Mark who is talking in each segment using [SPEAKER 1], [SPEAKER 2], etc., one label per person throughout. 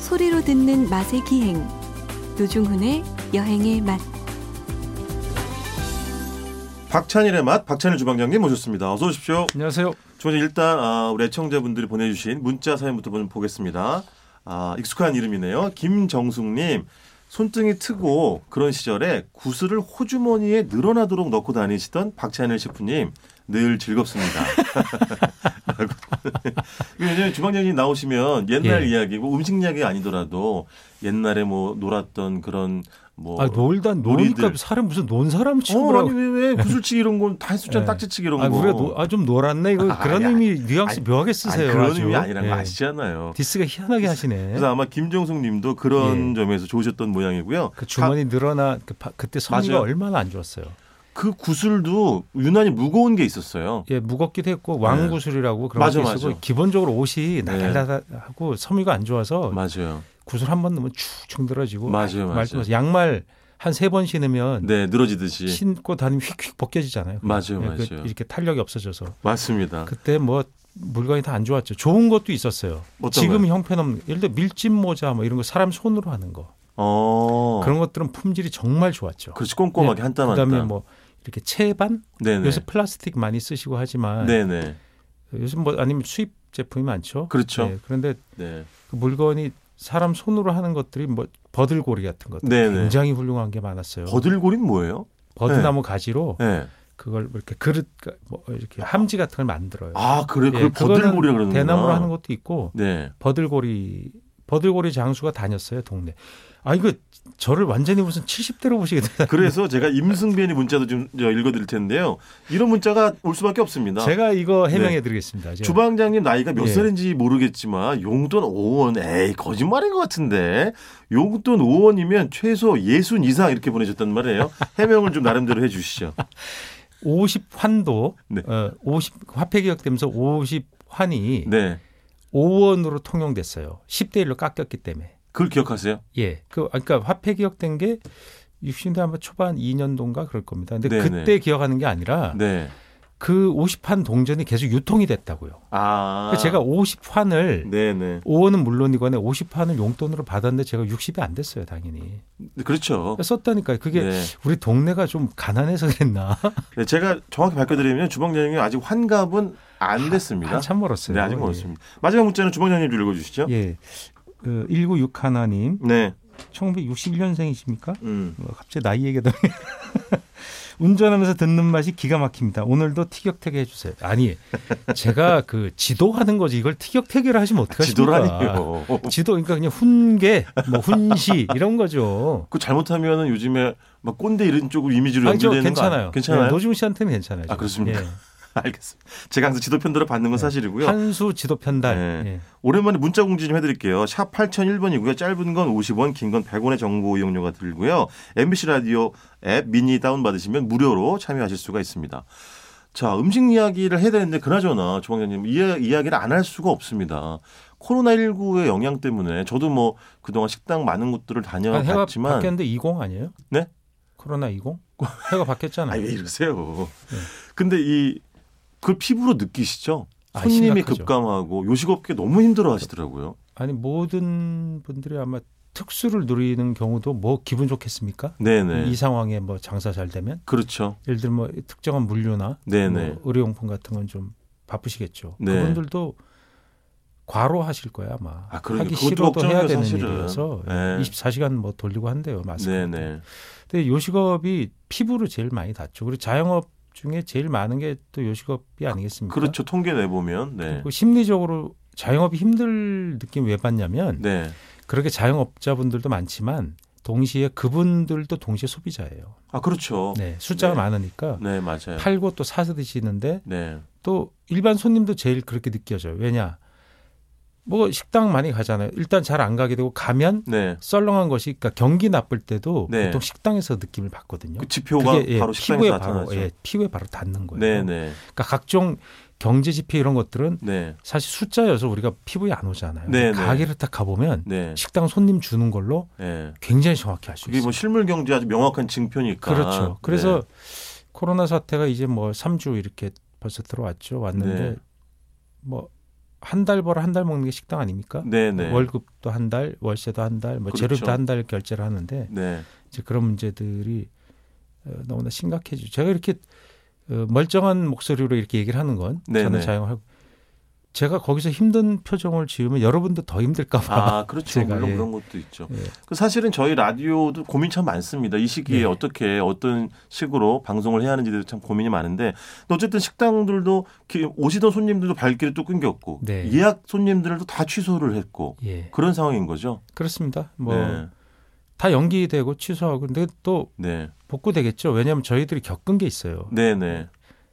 [SPEAKER 1] 소리로 듣는 맛의 기행 노중훈의 여행의 맛
[SPEAKER 2] 박찬일의 맛 박찬일 주방장님 모셨습니다. 어서 오십시오.
[SPEAKER 3] 안녕하세요.
[SPEAKER 2] 저는 일단 아, 우리 애청자분들이 보내주신 문자 사연부터 좀 보겠습니다. 아, 익숙한 이름이네요. 김정숙님. 손등이 트고 그런 시절에 구슬을 호주머니에 늘어나도록 넣고 다니시던 박찬일 셰프님 늘 즐겁습니다. 라고. 왜냐면 주방장님 나오시면 옛날
[SPEAKER 3] 예.
[SPEAKER 2] 이야기고 뭐 음식 이야기 아니더라도 옛날에 뭐 놀았던 그런 뭐
[SPEAKER 3] 아 놀다 노니까
[SPEAKER 2] 놀이들.
[SPEAKER 3] 사람 무슨 논 사람
[SPEAKER 2] 어,
[SPEAKER 3] 치고라고.
[SPEAKER 2] 아니 왜왜 구슬치기 이런 건 다 했었잖아
[SPEAKER 3] 예.
[SPEAKER 2] 딱지치기 이런
[SPEAKER 3] 아,
[SPEAKER 2] 거.
[SPEAKER 3] 우리가 노, 아, 좀 놀았네 이거
[SPEAKER 2] 아,
[SPEAKER 3] 그런
[SPEAKER 2] 아니,
[SPEAKER 3] 의미 뉘앙스
[SPEAKER 2] 아니,
[SPEAKER 3] 묘하게
[SPEAKER 2] 아니,
[SPEAKER 3] 쓰세요.
[SPEAKER 2] 그런
[SPEAKER 3] 아주.
[SPEAKER 2] 의미 아니란 거
[SPEAKER 3] 예.
[SPEAKER 2] 아시잖아요.
[SPEAKER 3] 디스가 예? 희한하게 하시네.
[SPEAKER 2] 그래서 아마 김정숙님도 그런 점에서 좋으셨던 모양이고요.
[SPEAKER 3] 그 주머니 늘어나 그 바- 그때 선미가
[SPEAKER 2] 맞아요.
[SPEAKER 3] 얼마나 안 좋았어요.
[SPEAKER 2] 그 구슬도 유난히 무거운 게 있었어요.
[SPEAKER 3] 예, 무겁기도 했고 왕구슬이라고 그런
[SPEAKER 2] 네. 맞아,
[SPEAKER 3] 게 있었고
[SPEAKER 2] 맞아. 네.
[SPEAKER 3] 기본적으로 옷이 나달나달하고 섬유가 안 좋아서
[SPEAKER 2] 맞아요.
[SPEAKER 3] 구슬 한 번 넣으면 축축 늘어지고
[SPEAKER 2] 맞아요, 맞아요.
[SPEAKER 3] 말씀하신 양말 한 세 번 신으면
[SPEAKER 2] 네, 늘어지듯이.
[SPEAKER 3] 신고 다니면 휙휙 벗겨지잖아요.
[SPEAKER 2] 맞아요,
[SPEAKER 3] 예, 그
[SPEAKER 2] 맞아요.
[SPEAKER 3] 이렇게 탄력이 없어져서
[SPEAKER 2] 맞습니다.
[SPEAKER 3] 그때 뭐 물건이 다 안 좋았죠. 좋은 것도 있었어요.
[SPEAKER 2] 어떤
[SPEAKER 3] 지금 형편없는 예를 들어 밀짚 모자 뭐 이런 거 사람 손으로 하는 거
[SPEAKER 2] 어.
[SPEAKER 3] 그런 것들은 품질이 정말 좋았죠.
[SPEAKER 2] 그렇지 꼼꼼하게 한 땀 한땀.
[SPEAKER 3] 그다음에 뭐 이렇게 채반
[SPEAKER 2] 네네.
[SPEAKER 3] 요새 예. 플라스틱 많이 쓰시고 하지만
[SPEAKER 2] 네네.
[SPEAKER 3] 요즘 뭐 아니면 수입 제품이 많죠.
[SPEAKER 2] 그렇죠.
[SPEAKER 3] 네, 그런데
[SPEAKER 2] 네.
[SPEAKER 3] 그 물건이 사람 손으로 하는 것들이 뭐 버들고리 같은 것들
[SPEAKER 2] 네네.
[SPEAKER 3] 굉장히 훌륭한 게 많았어요.
[SPEAKER 2] 버들고리는 뭐예요?
[SPEAKER 3] 버드, 나무 가지로
[SPEAKER 2] 네.
[SPEAKER 3] 그걸 뭐 이렇게 그릇 뭐 이렇게 함지 같은 걸 만들어요.
[SPEAKER 2] 아 그래 그걸
[SPEAKER 3] 예, 그거는
[SPEAKER 2] 버들고리라 그러는
[SPEAKER 3] 대나무로 하는 것도 있고
[SPEAKER 2] 네.
[SPEAKER 3] 버들고리 버들고리 장수가 다녔어요 동네. 아 이거 저를 완전히 무슨 70대로 보시게 되다.
[SPEAKER 2] 그래서 제가 임승변이 문자도 좀 저 읽어드릴 텐데요. 이런 문자가 올 수밖에 없습니다.
[SPEAKER 3] 제가 이거 해명해드리겠습니다. 제가.
[SPEAKER 2] 네. 주방장님 나이가 몇
[SPEAKER 3] 예.
[SPEAKER 2] 살인지 모르겠지만 용돈 5원 에이 거짓말인 것 같은데 용돈 5원이면 최소 60 이상 이렇게 보내셨단 말이에요. 해명을 좀 나름대로 해주시죠.
[SPEAKER 3] 50 환도
[SPEAKER 2] 네.
[SPEAKER 3] 어, 50 화폐 개혁되면서 50 환이
[SPEAKER 2] 네,
[SPEAKER 3] 5원으로 통용됐어요. 10대 1로 깎였기 때문에.
[SPEAKER 2] 그걸 기억하세요?
[SPEAKER 3] 예. 그 아, 그러니까 화폐 개혁된 게 60대 아마 초반 2년도인가 그럴 겁니다. 근데
[SPEAKER 2] 네네.
[SPEAKER 3] 그때 기억하는 게 아니라
[SPEAKER 2] 네.
[SPEAKER 3] 그 50환 동전이 계속 유통이 됐다고요.
[SPEAKER 2] 아,
[SPEAKER 3] 그러니까 제가 50환을
[SPEAKER 2] 네네
[SPEAKER 3] 5원은 물론이거나 50판은 용돈으로 받았는데 제가 60이 안 됐어요, 당연히.
[SPEAKER 2] 그렇죠.
[SPEAKER 3] 썼다니까요. 그게
[SPEAKER 2] 네.
[SPEAKER 3] 우리 동네가 좀 가난해서 그랬나.
[SPEAKER 2] 네, 제가 정확히 밝혀드리면 주방장님이 아직 환갑은
[SPEAKER 3] 아,
[SPEAKER 2] 안 됐습니다.
[SPEAKER 3] 한참 멀었어요.
[SPEAKER 2] 네, 아직 멀었습니다. 마지막 문자는 주방장님 좀 읽어주시죠.
[SPEAKER 3] 예. 예. 그 196 하나님,
[SPEAKER 2] 네,
[SPEAKER 3] 1961년생이십니까? 뭐
[SPEAKER 2] 음.
[SPEAKER 3] 갑자기 나이 얘기다. 운전하면서 듣는 맛이 기가 막힙니다. 오늘도 티격태격 해주세요. 아니, 제가 그 지도하는 거지 이걸 티격태격을 하시면 어떡하십니까?
[SPEAKER 2] 지도라니요.
[SPEAKER 3] 지도, 그러니까 그냥 훈계, 뭐 훈시 이런 거죠.
[SPEAKER 2] 그 잘못하면은 요즘에 막 꼰대 이런 쪽으로 이미지로
[SPEAKER 3] 아니, 저
[SPEAKER 2] 연결되는 그 거
[SPEAKER 3] 괜찮아요.
[SPEAKER 2] 아니- 괜찮아요.
[SPEAKER 3] 네, 노중훈 씨한테는 괜찮아요.
[SPEAKER 2] 아,
[SPEAKER 3] 저는.
[SPEAKER 2] 그렇습니까?
[SPEAKER 3] 예.
[SPEAKER 2] 알겠습니다. 제가 항상 지도 편들어 받는 건
[SPEAKER 3] 네.
[SPEAKER 2] 사실이고요.
[SPEAKER 3] 한수 지도 편달.
[SPEAKER 2] 네.
[SPEAKER 3] 예.
[SPEAKER 2] 오랜만에 문자 공지 좀 해드릴게요. 샵 8001번이고요. 짧은 건 50원, 긴 건 100원의 정보 이용료가 들고요. MBC 라디오 앱 미니 다운받으시면 무료로 참여하실 수가 있습니다. 자, 음식 이야기를 해야 되는데 그나저나 조방장님 이 이야- 이야기를 안 할 수가 없습니다. 코로나19의 영향 때문에 저도 뭐 그동안 식당 많은 곳들을
[SPEAKER 3] 아, 해가
[SPEAKER 2] 다녀봤지만
[SPEAKER 3] 바뀌었는데 20 아니에요?
[SPEAKER 2] 네? 뭐,
[SPEAKER 3] 코로나 20? 해가 바뀌었잖아요.
[SPEAKER 2] 아니 왜 이러세요?
[SPEAKER 3] 음. 네.
[SPEAKER 2] 근데 이 그걸 피부로 느끼시죠?
[SPEAKER 3] 아,
[SPEAKER 2] 손님이
[SPEAKER 3] 심각하죠.
[SPEAKER 2] 급감하고 요식업계 너무 힘들어 하시더라고요.
[SPEAKER 3] 아니 모든 분들이 아마 특수를 누리는 경우도 뭐 기분 좋겠습니까?
[SPEAKER 2] 네네.
[SPEAKER 3] 이 상황에 뭐 장사 잘 되면
[SPEAKER 2] 그렇죠.
[SPEAKER 3] 예를 들면 뭐 특정한 물류나
[SPEAKER 2] 네네.
[SPEAKER 3] 뭐 의료용품 같은 건 좀 바쁘시겠죠.
[SPEAKER 2] 네.
[SPEAKER 3] 그분들도 과로하실 거예요 아마.
[SPEAKER 2] 아, 그러니
[SPEAKER 3] 하기
[SPEAKER 2] 그것도
[SPEAKER 3] 싫어도 해야
[SPEAKER 2] 걱정이에요,
[SPEAKER 3] 되는
[SPEAKER 2] 사실은.
[SPEAKER 3] 일이라서
[SPEAKER 2] 네.
[SPEAKER 3] 24시간 뭐 돌리고 한대요 마스크.
[SPEAKER 2] 네네.
[SPEAKER 3] 근데 요식업이 피부로 제일 많이 닿죠. 그리고 자영업 중에 제일 많은 게 또 요식업이 아니겠습니까?
[SPEAKER 2] 그렇죠. 통계 내보면. 네.
[SPEAKER 3] 그리고 심리적으로 자영업이 힘들 느낌 왜 받냐면
[SPEAKER 2] 네.
[SPEAKER 3] 그렇게 자영업자분들도 많지만 동시에 그분들도 동시에 소비자예요.
[SPEAKER 2] 아, 그렇죠. 네,
[SPEAKER 3] 네, 숫자가
[SPEAKER 2] 네.
[SPEAKER 3] 많으니까
[SPEAKER 2] 맞아요.
[SPEAKER 3] 팔고 또 사서 드시는데
[SPEAKER 2] 네.
[SPEAKER 3] 또 일반 손님도 제일 그렇게 느껴져요. 왜냐? 뭐 식당 많이 가잖아요. 일단 잘 안 가게 되고 가면
[SPEAKER 2] 네.
[SPEAKER 3] 썰렁한 것이 그러니까 경기 나쁠 때도
[SPEAKER 2] 네.
[SPEAKER 3] 보통 식당에서 느낌을 받거든요.
[SPEAKER 2] 그 지표가
[SPEAKER 3] 예,
[SPEAKER 2] 바로 식당에서
[SPEAKER 3] 피부에
[SPEAKER 2] 나타나죠.
[SPEAKER 3] 바로 예, 피부에 바로 닿는 거예요.
[SPEAKER 2] 네네.
[SPEAKER 3] 그러니까 각종 경제 지표 이런 것들은
[SPEAKER 2] 네.
[SPEAKER 3] 사실 숫자여서 우리가 피부에 안 오잖아요.
[SPEAKER 2] 네, 네.
[SPEAKER 3] 가게를 딱 가보면
[SPEAKER 2] 네.
[SPEAKER 3] 식당 손님 주는 걸로
[SPEAKER 2] 네.
[SPEAKER 3] 굉장히 정확히 알 수
[SPEAKER 2] 그게
[SPEAKER 3] 있어요.
[SPEAKER 2] 뭐 네. 실물 경제 아주 명확한 징표니까.
[SPEAKER 3] 그렇죠. 그래서 코로나 사태가 이제 뭐 3주 이렇게 벌써 들어왔죠. 왔는데
[SPEAKER 2] 네.
[SPEAKER 3] 뭐 한 달 벌어 한 달 먹는 게 식당 아닙니까?
[SPEAKER 2] 네네.
[SPEAKER 3] 월급도 한 달, 월세도 한 달, 뭐
[SPEAKER 2] 그렇죠.
[SPEAKER 3] 재료비도 한 달 결제를 하는데
[SPEAKER 2] 네.
[SPEAKER 3] 이제 그런 문제들이 어, 너무나 심각해지죠. 제가 이렇게 어, 멀쩡한 목소리로 이렇게 얘기를 하는 건
[SPEAKER 2] 네네.
[SPEAKER 3] 저는 자영하고 제가 거기서 힘든 표정을 지으면 여러분도 더 힘들까봐.
[SPEAKER 2] 아, 그렇죠.
[SPEAKER 3] 제가,
[SPEAKER 2] 물론
[SPEAKER 3] 예.
[SPEAKER 2] 그런 것도 있죠.
[SPEAKER 3] 예.
[SPEAKER 2] 그 사실은 저희 라디오도 고민 참 많습니다. 이 시기에
[SPEAKER 3] 네.
[SPEAKER 2] 어떻게 어떤 식으로 방송을 해야 하는지도 참 고민이 많은데 근데 어쨌든 식당들도 기- 오시던 손님들도 발길이 또 끊겼고
[SPEAKER 3] 네.
[SPEAKER 2] 예약 손님들도 다 취소를 했고
[SPEAKER 3] 예,
[SPEAKER 2] 그런 상황인 거죠.
[SPEAKER 3] 그렇습니다. 뭐 다
[SPEAKER 2] 네.
[SPEAKER 3] 연기되고 취소하고 근데 또
[SPEAKER 2] 네.
[SPEAKER 3] 복구되겠죠. 왜냐하면 저희들이 겪은 게 있어요.
[SPEAKER 2] 네, 네.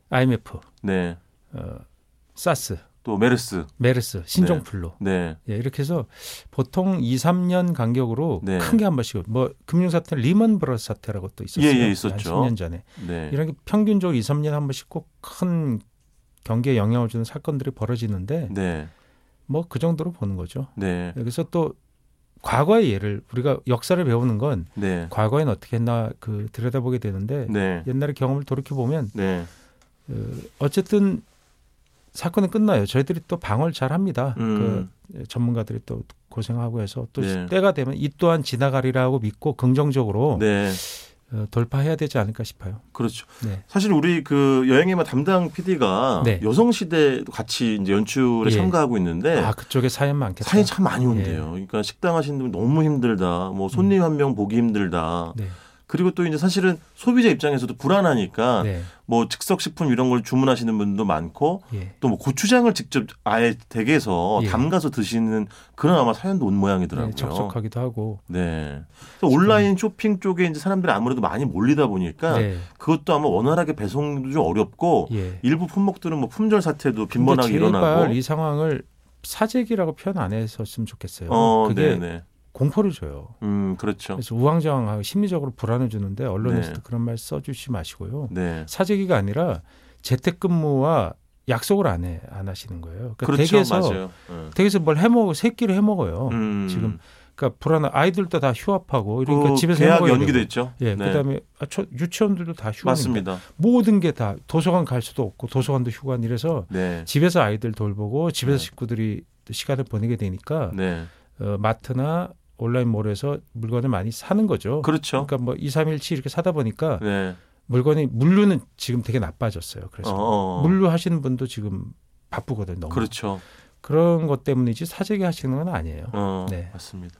[SPEAKER 3] IMF,
[SPEAKER 2] 네.
[SPEAKER 3] 어, 사스,
[SPEAKER 2] 또 메르스.
[SPEAKER 3] 메르스, 신종플루.
[SPEAKER 2] 네.
[SPEAKER 3] 예, 이렇게 해서 보통 2, 3년 간격으로
[SPEAKER 2] 네.
[SPEAKER 3] 큰 게 한 번씩 뭐 금융 사태 리먼 브러스 사태라고 또 있었어요.
[SPEAKER 2] 예, 예,
[SPEAKER 3] 한
[SPEAKER 2] 있었죠.
[SPEAKER 3] 10년 전에.
[SPEAKER 2] 네.
[SPEAKER 3] 이런 게 평균적으로 2, 3년 한 번씩 꼭 큰 경기에 영향을 주는 사건들이 벌어지는데
[SPEAKER 2] 네.
[SPEAKER 3] 뭐 그 정도로 보는 거죠.
[SPEAKER 2] 네.
[SPEAKER 3] 여기서 또 과거의 예를 우리가 역사를 배우는 건
[SPEAKER 2] 네.
[SPEAKER 3] 과거엔 어떻게 했나 그 들여다보게 되는데
[SPEAKER 2] 네.
[SPEAKER 3] 옛날의 경험을 돌이켜 보면
[SPEAKER 2] 네.
[SPEAKER 3] 어, 어쨌든 사건은 끝나요. 저희들이 또 방어를 잘 합니다.
[SPEAKER 2] 음.
[SPEAKER 3] 그 전문가들이 또 고생하고 해서 또
[SPEAKER 2] 네.
[SPEAKER 3] 때가 되면 이 또한 지나가리라고 믿고 긍정적으로
[SPEAKER 2] 네.
[SPEAKER 3] 어, 돌파해야 되지 않을까 싶어요.
[SPEAKER 2] 그렇죠.
[SPEAKER 3] 네.
[SPEAKER 2] 사실 우리 그 여행의 맛 담당 PD가
[SPEAKER 3] 네.
[SPEAKER 2] 여성 시대 같이 이제 연출에
[SPEAKER 3] 예.
[SPEAKER 2] 참가하고 있는데
[SPEAKER 3] 아 그쪽에 사연 많겠다.
[SPEAKER 2] 네.
[SPEAKER 3] 예.
[SPEAKER 2] 사연이 참 많이 온대요. 그러니까 식당 하시는 분 너무 힘들다. 뭐
[SPEAKER 3] 음.
[SPEAKER 2] 손님 한 명 보기 힘들다.
[SPEAKER 3] 네.
[SPEAKER 2] 그리고 또 이제 사실은 소비자 입장에서도 불안하니까
[SPEAKER 3] 네.
[SPEAKER 2] 뭐 즉석 식품 이런 걸 주문하시는 분도 많고
[SPEAKER 3] 예.
[SPEAKER 2] 또 뭐 고추장을 직접 아예 댁에서
[SPEAKER 3] 예.
[SPEAKER 2] 담가서 드시는 그런 아마 사연도 온 모양이더라고요.
[SPEAKER 3] 네, 적적하기도 하고.
[SPEAKER 2] 네. 그래서 온라인 쇼핑 쪽에 이제 사람들이 아무래도 많이 몰리다 보니까
[SPEAKER 3] 네.
[SPEAKER 2] 그것도 아마 원활하게 배송도 좀 어렵고
[SPEAKER 3] 예.
[SPEAKER 2] 일부 품목들은 뭐 품절 사태도
[SPEAKER 3] 근데
[SPEAKER 2] 빈번하게
[SPEAKER 3] 제발
[SPEAKER 2] 일어나고
[SPEAKER 3] 이 상황을 사재기라고 표현 안 했었으면 좋겠어요.
[SPEAKER 2] 어,
[SPEAKER 3] 그게
[SPEAKER 2] 네네.
[SPEAKER 3] 공포를 줘요.
[SPEAKER 2] 음, 그렇죠.
[SPEAKER 3] 그래서 우왕좌왕하고 심리적으로 불안을 주는데 언론에서도
[SPEAKER 2] 네.
[SPEAKER 3] 그런 말 써주지 마시고요.
[SPEAKER 2] 네.
[SPEAKER 3] 사재기가 아니라 재택근무와 약속을 안 해 안 하시는 거예요. 그러니까
[SPEAKER 2] 그렇죠.
[SPEAKER 3] 댁에서
[SPEAKER 2] 맞아요. 응.
[SPEAKER 3] 댁에서 뭘 해먹어 새끼를 해먹어요.
[SPEAKER 2] 음,
[SPEAKER 3] 지금 그러니까 불안한 아이들도 다 휴업하고 그러니까
[SPEAKER 2] 그
[SPEAKER 3] 집에서
[SPEAKER 2] 계약
[SPEAKER 3] 해먹어야 되고.
[SPEAKER 2] 연기됐죠.
[SPEAKER 3] 예,
[SPEAKER 2] 네.
[SPEAKER 3] 그다음에 아, 초, 유치원들도 다 휴업.
[SPEAKER 2] 맞습니다.
[SPEAKER 3] 모든 게 다 도서관 갈 수도 없고 도서관도 휴관 이래서
[SPEAKER 2] 네.
[SPEAKER 3] 집에서 아이들 돌보고 집에서
[SPEAKER 2] 네.
[SPEAKER 3] 식구들이 시간을 보내게 되니까
[SPEAKER 2] 네.
[SPEAKER 3] 어, 마트나 온라인몰에서 물건을 많이 사는 거죠.
[SPEAKER 2] 그렇죠.
[SPEAKER 3] 그러니까 뭐 2, 3, 1치 이렇게 사다 보니까
[SPEAKER 2] 네.
[SPEAKER 3] 물건이 물류는 지금 되게 나빠졌어요. 그러니까 그래서
[SPEAKER 2] 어, 어.
[SPEAKER 3] 물류 하시는 분도 지금 바쁘거든요. 너무.
[SPEAKER 2] 그렇죠.
[SPEAKER 3] 런것 때문이지 사재기 하시는 건 아니에요.
[SPEAKER 2] 어,
[SPEAKER 3] 네.
[SPEAKER 2] 맞습니다.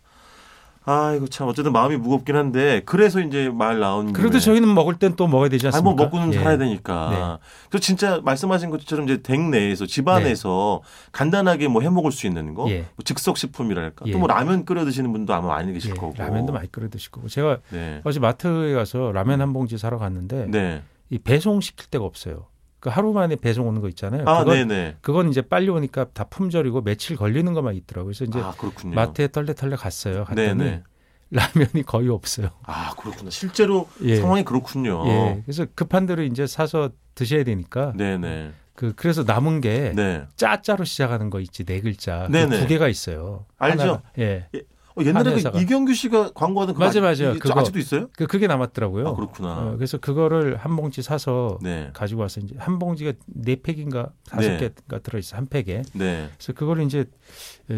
[SPEAKER 2] 아, 이거 참 어쨌든 마음이 무겁긴 한데 그래서 이제 말 나온
[SPEAKER 3] 그래도
[SPEAKER 2] 김에
[SPEAKER 3] 저희는 먹을 땐 또 먹어야 되지
[SPEAKER 2] 네. 아니
[SPEAKER 3] 않습니까? 네.
[SPEAKER 2] 뭐 먹고는
[SPEAKER 3] 예.
[SPEAKER 2] 살아야 되니까. 그 진짜 말씀하신 것처럼 이제 댁 내에서 집
[SPEAKER 3] 네.
[SPEAKER 2] 안에서 간단하게 뭐 해 먹을 수 있는 거,
[SPEAKER 3] 예.
[SPEAKER 2] 뭐 즉석 식품이랄까.
[SPEAKER 3] 예.
[SPEAKER 2] 또 뭐 라면 끓여 드시는 분도 아마 많이 계실
[SPEAKER 3] 예,
[SPEAKER 2] 거고.
[SPEAKER 3] 라면도 많이 끓여 드실 거고 제가
[SPEAKER 2] 네.
[SPEAKER 3] 어제 마트에 가서 라면 한 봉지 사러 갔는데
[SPEAKER 2] 음. 네.
[SPEAKER 3] 이 배송 시킬 데가 없어요. 그 하루 만에 배송 오는 거 있잖아요.
[SPEAKER 2] 아,
[SPEAKER 3] 그건
[SPEAKER 2] 네, 네.
[SPEAKER 3] 그건 이제 빨리 오니까 다 품절이고 며칠 걸리는 것만 있더라고요. 그래서 이제
[SPEAKER 2] 아, 그렇군요.
[SPEAKER 3] 마트에 떨레떨레 갔어요.
[SPEAKER 2] 네,
[SPEAKER 3] 갔더니
[SPEAKER 2] 네.
[SPEAKER 3] 라면이 거의 없어요.
[SPEAKER 2] 아, 그렇구나. 실제로
[SPEAKER 3] 예.
[SPEAKER 2] 상황이 그렇군요.
[SPEAKER 3] 예. 그래서 급한 대로 이제 사서 드셔야 되니까
[SPEAKER 2] 어. 네, 네.
[SPEAKER 3] 그 그래서 남은 게
[SPEAKER 2] 네.
[SPEAKER 3] 짜짜로 시작하는 거 있지 네 글자
[SPEAKER 2] 네네.
[SPEAKER 3] 그두 개가 있어요.
[SPEAKER 2] 알죠?
[SPEAKER 3] 하나가- 예.
[SPEAKER 2] 어, 옛날에
[SPEAKER 3] 한
[SPEAKER 2] 그
[SPEAKER 3] 회사가.
[SPEAKER 2] 이경규 씨가 광고하던 그거
[SPEAKER 3] 맞아요,
[SPEAKER 2] 아직-
[SPEAKER 3] 맞아요.
[SPEAKER 2] 이게
[SPEAKER 3] 그거.
[SPEAKER 2] 아직도 있어요?
[SPEAKER 3] 그 그게 남았더라고요.
[SPEAKER 2] 아, 그렇구나.
[SPEAKER 3] 어, 그래서 그거를 한 봉지 사서
[SPEAKER 2] 네.
[SPEAKER 3] 가지고 와서 이제 한 봉지가 네 팩인가 다섯
[SPEAKER 2] 네.
[SPEAKER 3] 개가 들어 있어 한 팩에.
[SPEAKER 2] 네.
[SPEAKER 3] 그래서 그걸 이제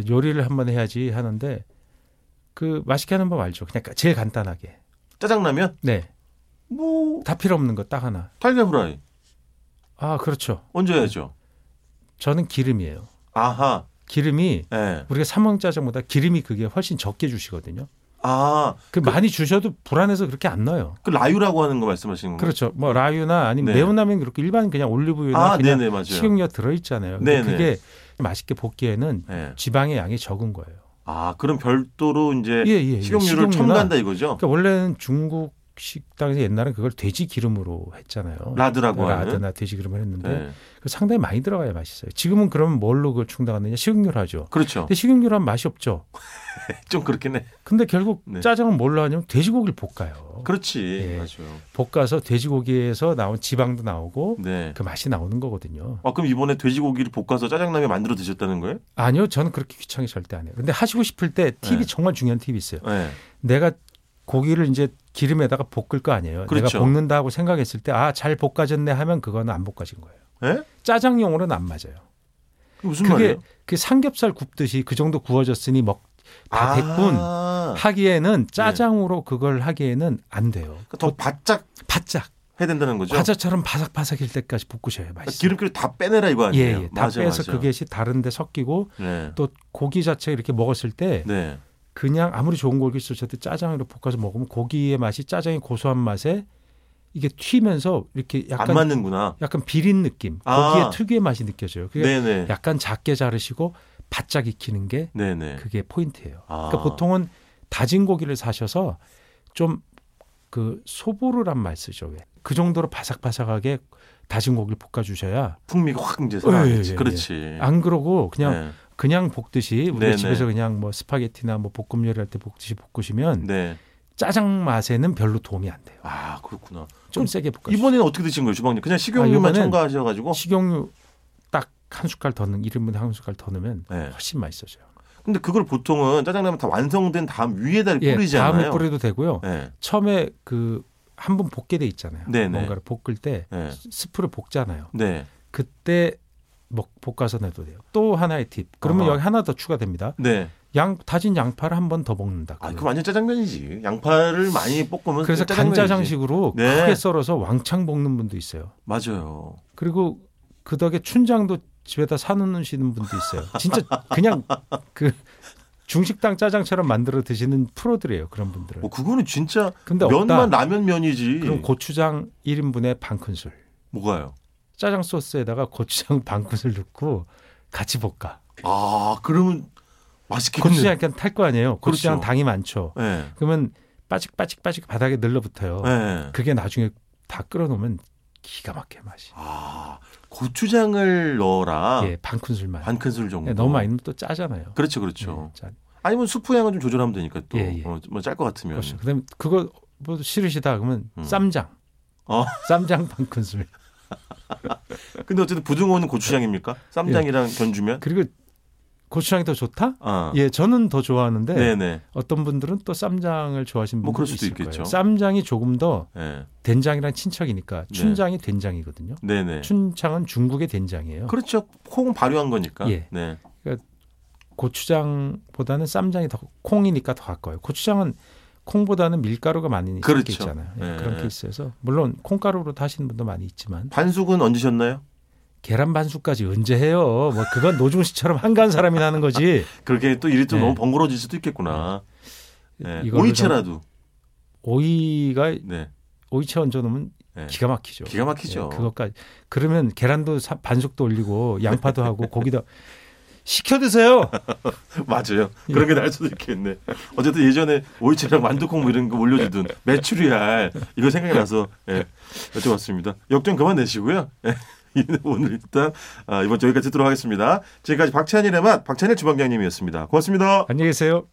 [SPEAKER 3] 요리를 한번 해야지 하는데 그 맛있게 하는 법 알죠? 그냥 제일 간단하게.
[SPEAKER 2] 짜장라면?
[SPEAKER 3] 네.
[SPEAKER 2] 뭐
[SPEAKER 3] 다 필요 없는 거 딱 하나.
[SPEAKER 2] 달걀 후라이
[SPEAKER 3] 아, 그렇죠.
[SPEAKER 2] 얹어야죠.
[SPEAKER 3] 저는 기름이에요.
[SPEAKER 2] 아하.
[SPEAKER 3] 기름이
[SPEAKER 2] 예.
[SPEAKER 3] 우리가 삼황 짜장보다 기름이 그게 훨씬 적게 주시거든요.
[SPEAKER 2] 아,
[SPEAKER 3] 그 많이 주셔도 불안해서 그렇게 안 넣어요.
[SPEAKER 2] 그 라유라고 하는 거 말씀하시는 거예요?
[SPEAKER 3] 그렇죠. 뭐 라유나 아니면
[SPEAKER 2] 네.
[SPEAKER 3] 매운 라면 그렇게 일반 그냥 올리브유나
[SPEAKER 2] 아,
[SPEAKER 3] 그냥
[SPEAKER 2] 네네, 맞아요.
[SPEAKER 3] 식용유 들어 있잖아요. 근데
[SPEAKER 2] 네네.
[SPEAKER 3] 그게 맛있게 볶기에는
[SPEAKER 2] 예.
[SPEAKER 3] 지방의 양이 적은 거예요.
[SPEAKER 2] 아, 그럼 별도로 이제
[SPEAKER 3] 예, 예, 예.
[SPEAKER 2] 네. 식용유를
[SPEAKER 3] 식용유나-
[SPEAKER 2] 첨가한다 이거죠?
[SPEAKER 3] 그러니까 원래는 중국 식당에서 옛날에 그걸 돼지 기름으로 했잖아요.
[SPEAKER 2] 라드라고 하는.
[SPEAKER 3] 어, 라드나 돼지 기름을 했는데
[SPEAKER 2] 네.
[SPEAKER 3] 그 상당히 많이 들어가야 맛있어요. 지금은 그러면 뭘로 그걸 충당하느냐? 식용유로 하죠.
[SPEAKER 2] 그렇죠.
[SPEAKER 3] 근데 식용유로 하면 맛이 없죠. 예.
[SPEAKER 2] 좀 그렇긴 해.
[SPEAKER 3] 근데 결국
[SPEAKER 2] 네.
[SPEAKER 3] 짜장은 뭘로 하냐면 돼지고기를 볶아요.
[SPEAKER 2] 그렇지.
[SPEAKER 3] 예.
[SPEAKER 2] 맞아요.
[SPEAKER 3] 볶아서 돼지고기에서 나온 지방도 나오고
[SPEAKER 2] 네.
[SPEAKER 3] 그 맛이 나오는 거거든요.
[SPEAKER 2] 아, 그럼 이번에 돼지고기를 볶아서 짜장라면 만들어 드셨다는 거예요?
[SPEAKER 3] 아니요, 저는 그렇게 귀찮게 절대 안 해요. 근데 하시고 싶을 때 팁이
[SPEAKER 2] 네.
[SPEAKER 3] 정말 중요한 팁이 있어요.
[SPEAKER 2] 네.
[SPEAKER 3] 내가 고기를 이제 기름에다가 볶을 거 아니에요.
[SPEAKER 2] 그렇죠.
[SPEAKER 3] 내가 볶는다 하고 생각했을 때 아 잘 볶아졌네 하면 그거는 안 볶아진 거예요.
[SPEAKER 2] 예?
[SPEAKER 3] 짜장용으로는 안 맞아요.
[SPEAKER 2] 무슨
[SPEAKER 3] 그게
[SPEAKER 2] 말이에요?
[SPEAKER 3] 그 삼겹살 굽듯이 그 정도 구워졌으니 먹 다 됐군
[SPEAKER 2] 아,
[SPEAKER 3] 하기에는 짜장으로 그걸 하기에는 안 돼요.
[SPEAKER 2] 그러니까 더 바짝
[SPEAKER 3] 바짝
[SPEAKER 2] 해야 된다는 거죠.
[SPEAKER 3] 과자처럼 바삭바삭일 때까지 볶으셔야
[SPEAKER 2] 그러니까
[SPEAKER 3] 맛있어요.
[SPEAKER 2] 기름기를 다 빼내라 이거 아니에요?
[SPEAKER 3] 예, 예. 다
[SPEAKER 2] 맞아,
[SPEAKER 3] 빼서
[SPEAKER 2] 맞아.
[SPEAKER 3] 그것이 다른데 섞이고
[SPEAKER 2] 네.
[SPEAKER 3] 또 고기 자체 이렇게 먹었을 때
[SPEAKER 2] 네.
[SPEAKER 3] 그냥 아무리 좋은 고기 쓰셔도 짜장으로 볶아서 먹으면 고기의 맛이 짜장의 고소한 맛에 이게 튀면서 이렇게
[SPEAKER 2] 안
[SPEAKER 3] 약간
[SPEAKER 2] 맞는구나.
[SPEAKER 3] 약간 비린 느낌
[SPEAKER 2] 아.
[SPEAKER 3] 고기의 특유의 맛이 느껴져요. 그게
[SPEAKER 2] 네네.
[SPEAKER 3] 약간 작게 자르시고 바짝 익히는 게
[SPEAKER 2] 네네.
[SPEAKER 3] 그게 포인트예요.
[SPEAKER 2] 아.
[SPEAKER 3] 그러니까 보통은 다진 고기를 사셔서 좀 그 소보루란 말 쓰죠. 왜? 그 정도로 바삭바삭하게 다진 고기를 볶아 주셔야
[SPEAKER 2] 풍미가 확 이제
[SPEAKER 3] 예,
[SPEAKER 2] 살아나겠지.
[SPEAKER 3] 예,
[SPEAKER 2] 그렇지.
[SPEAKER 3] 안 그러고 그냥
[SPEAKER 2] 네.
[SPEAKER 3] 그냥 볶듯이 우리
[SPEAKER 2] 네네.
[SPEAKER 3] 가 집에서 그냥 뭐 스파게티나 뭐 볶음 요리할 때 볶듯이 볶으시면
[SPEAKER 2] 네.
[SPEAKER 3] 짜장 맛에는 별로 도움이 안 돼요.
[SPEAKER 2] 아 그렇구나.
[SPEAKER 3] 좀 세게 볶아. 주세요.
[SPEAKER 2] 이번에는 어. 어떻게 드신 거예요, 주방님? 그냥 식용유만
[SPEAKER 3] 이번엔-
[SPEAKER 2] 첨가하셔가지고.
[SPEAKER 3] 식용유 딱 한 숟갈 더 넣는 1인분에 한 숟갈 더 넣으면
[SPEAKER 2] 네.
[SPEAKER 3] 훨씬 맛있어져요.
[SPEAKER 2] 근데 그걸 보통은 짜장라면 다 완성된 다음 위에다 이렇게
[SPEAKER 3] 예, 다음에
[SPEAKER 2] 뿌리잖아요.
[SPEAKER 3] 뿌려도 되고요.
[SPEAKER 2] 네.
[SPEAKER 3] 처음에 그 한번 볶게 돼 있잖아요.
[SPEAKER 2] 네네.
[SPEAKER 3] 뭔가를 볶을 때
[SPEAKER 2] 네.
[SPEAKER 3] 스프를 볶잖아요.
[SPEAKER 2] 네.
[SPEAKER 3] 그때 먹 볶아서 내도 돼요. 또 하나의 팁. 그러면
[SPEAKER 2] 아하.
[SPEAKER 3] 여기 하나 더 추가됩니다.
[SPEAKER 2] 네.
[SPEAKER 3] 양 다진 양파를 한 번 더 먹는다.
[SPEAKER 2] 아, 그 완전 짜장면이지. 양파를 많이 볶으면
[SPEAKER 3] 그래서
[SPEAKER 2] 짜장면이지.
[SPEAKER 3] 간짜장식으로
[SPEAKER 2] 네.
[SPEAKER 3] 크게 썰어서 왕창 볶는 분도 있어요.
[SPEAKER 2] 맞아요.
[SPEAKER 3] 그리고 그 덕에 춘장도 집에다 사놓으시는 분도 있어요. 진짜 그냥 그 중식당 짜장처럼 만들어 드시는 프로들이에요. 그런 분들은.
[SPEAKER 2] 뭐 그거는 진짜
[SPEAKER 3] 근데 없다.
[SPEAKER 2] 면만 라면 면이지.
[SPEAKER 3] 그럼 고추장 1인분에 반 큰술.
[SPEAKER 2] 뭐가요?
[SPEAKER 3] 짜장 소스에다가 고추장 반 큰술 넣고 같이 볶아.
[SPEAKER 2] 아, 그러면 맛있겠네.
[SPEAKER 3] 고추장 약간 탈 거 아니에요. 고추장
[SPEAKER 2] 그렇죠.
[SPEAKER 3] 당이 많죠.
[SPEAKER 2] 네.
[SPEAKER 3] 그러면 빠직빠직빠직 바닥에 늘러붙어요.
[SPEAKER 2] 네.
[SPEAKER 3] 그게 나중에 다 끓여놓으면 기가 막혀 맛이.
[SPEAKER 2] 아, 고추장을 넣어라.
[SPEAKER 3] 예, 반 큰술만.
[SPEAKER 2] 아. 반 큰술 정도.
[SPEAKER 3] 예, 너무 많이 넣으면 또 짜잖아요.
[SPEAKER 2] 그렇죠, 그렇죠.
[SPEAKER 3] 예, 짜-
[SPEAKER 2] 아니면 수프 양은 좀 조절하면 되니까 또. 어,
[SPEAKER 3] 예, 예.
[SPEAKER 2] 뭐짤것 같으면.
[SPEAKER 3] 그렇죠. 그다음에 그거 뭐 싫으시다 그러면
[SPEAKER 2] 음.
[SPEAKER 3] 쌈장.
[SPEAKER 2] 어.
[SPEAKER 3] 쌈장 반 큰술.
[SPEAKER 2] 근데 어쨌든 부등호는 고추장입니까?
[SPEAKER 3] 예.
[SPEAKER 2] 쌈장이랑 견주면?
[SPEAKER 3] 그리고 고추장이 더 좋다?
[SPEAKER 2] 아.
[SPEAKER 3] 예, 저는 더 좋아하는데
[SPEAKER 2] 네, 네.
[SPEAKER 3] 어떤 분들은 또 쌈장을 좋아하시는
[SPEAKER 2] 뭐
[SPEAKER 3] 분들
[SPEAKER 2] 그럴 수도
[SPEAKER 3] 있을
[SPEAKER 2] 있겠죠.
[SPEAKER 3] 거예요. 쌈장이 조금 더
[SPEAKER 2] 네,
[SPEAKER 3] 된장이랑 친척이니까 춘장이 된장이거든요.
[SPEAKER 2] 네. 네.
[SPEAKER 3] 춘장은 중국의 된장이에요.
[SPEAKER 2] 그렇죠. 콩 발효한 거니까.
[SPEAKER 3] 예.
[SPEAKER 2] 네.
[SPEAKER 3] 고추장보다는 쌈장이 더 콩이니까 더 가까워요. 고추장은 콩보다는 밀가루가 많이
[SPEAKER 2] 그렇죠.
[SPEAKER 3] 섞여 있잖아요. 예,
[SPEAKER 2] 네.
[SPEAKER 3] 그런 케이스에서 물론 콩가루로 하시는 분도 많이 있지만
[SPEAKER 2] 반숙은 얹으셨나요?
[SPEAKER 3] 계란 반숙까지 언제 해요? 뭐 그건 노중 씨처럼 한가한 사람이 하는 거지.
[SPEAKER 2] 그렇게 또 일이 또
[SPEAKER 3] 네. 예.
[SPEAKER 2] 너무 번거로워질 수도 있겠구나. 네.
[SPEAKER 3] 이걸로
[SPEAKER 2] 오이채라도.
[SPEAKER 3] 오이가
[SPEAKER 2] 네.
[SPEAKER 3] 오이채 얹어 놓으면
[SPEAKER 2] 네.
[SPEAKER 3] 기가 막히죠.
[SPEAKER 2] 기가 막히죠.
[SPEAKER 3] 예, 그것까지 그러면 계란도 사- 반숙도 올리고 양파도 하고 고기도 시켜 드세요.
[SPEAKER 2] 맞아요. 그런 게 날 수도 있겠네. 어쨌든 예전에 오이채랑 만두콩 뭐 이런 거 올려주던 메추리알 이거 생각이 나서 예, 여쭤봤습니다. 역전 그만 내시고요. 예, 오늘 일단 아, 이번 주 여기까지 듣도록 하겠습니다. 지금까지 박찬일의 맛 박찬일 주방장님이었습니다. 고맙습니다.
[SPEAKER 3] 안녕히 계세요.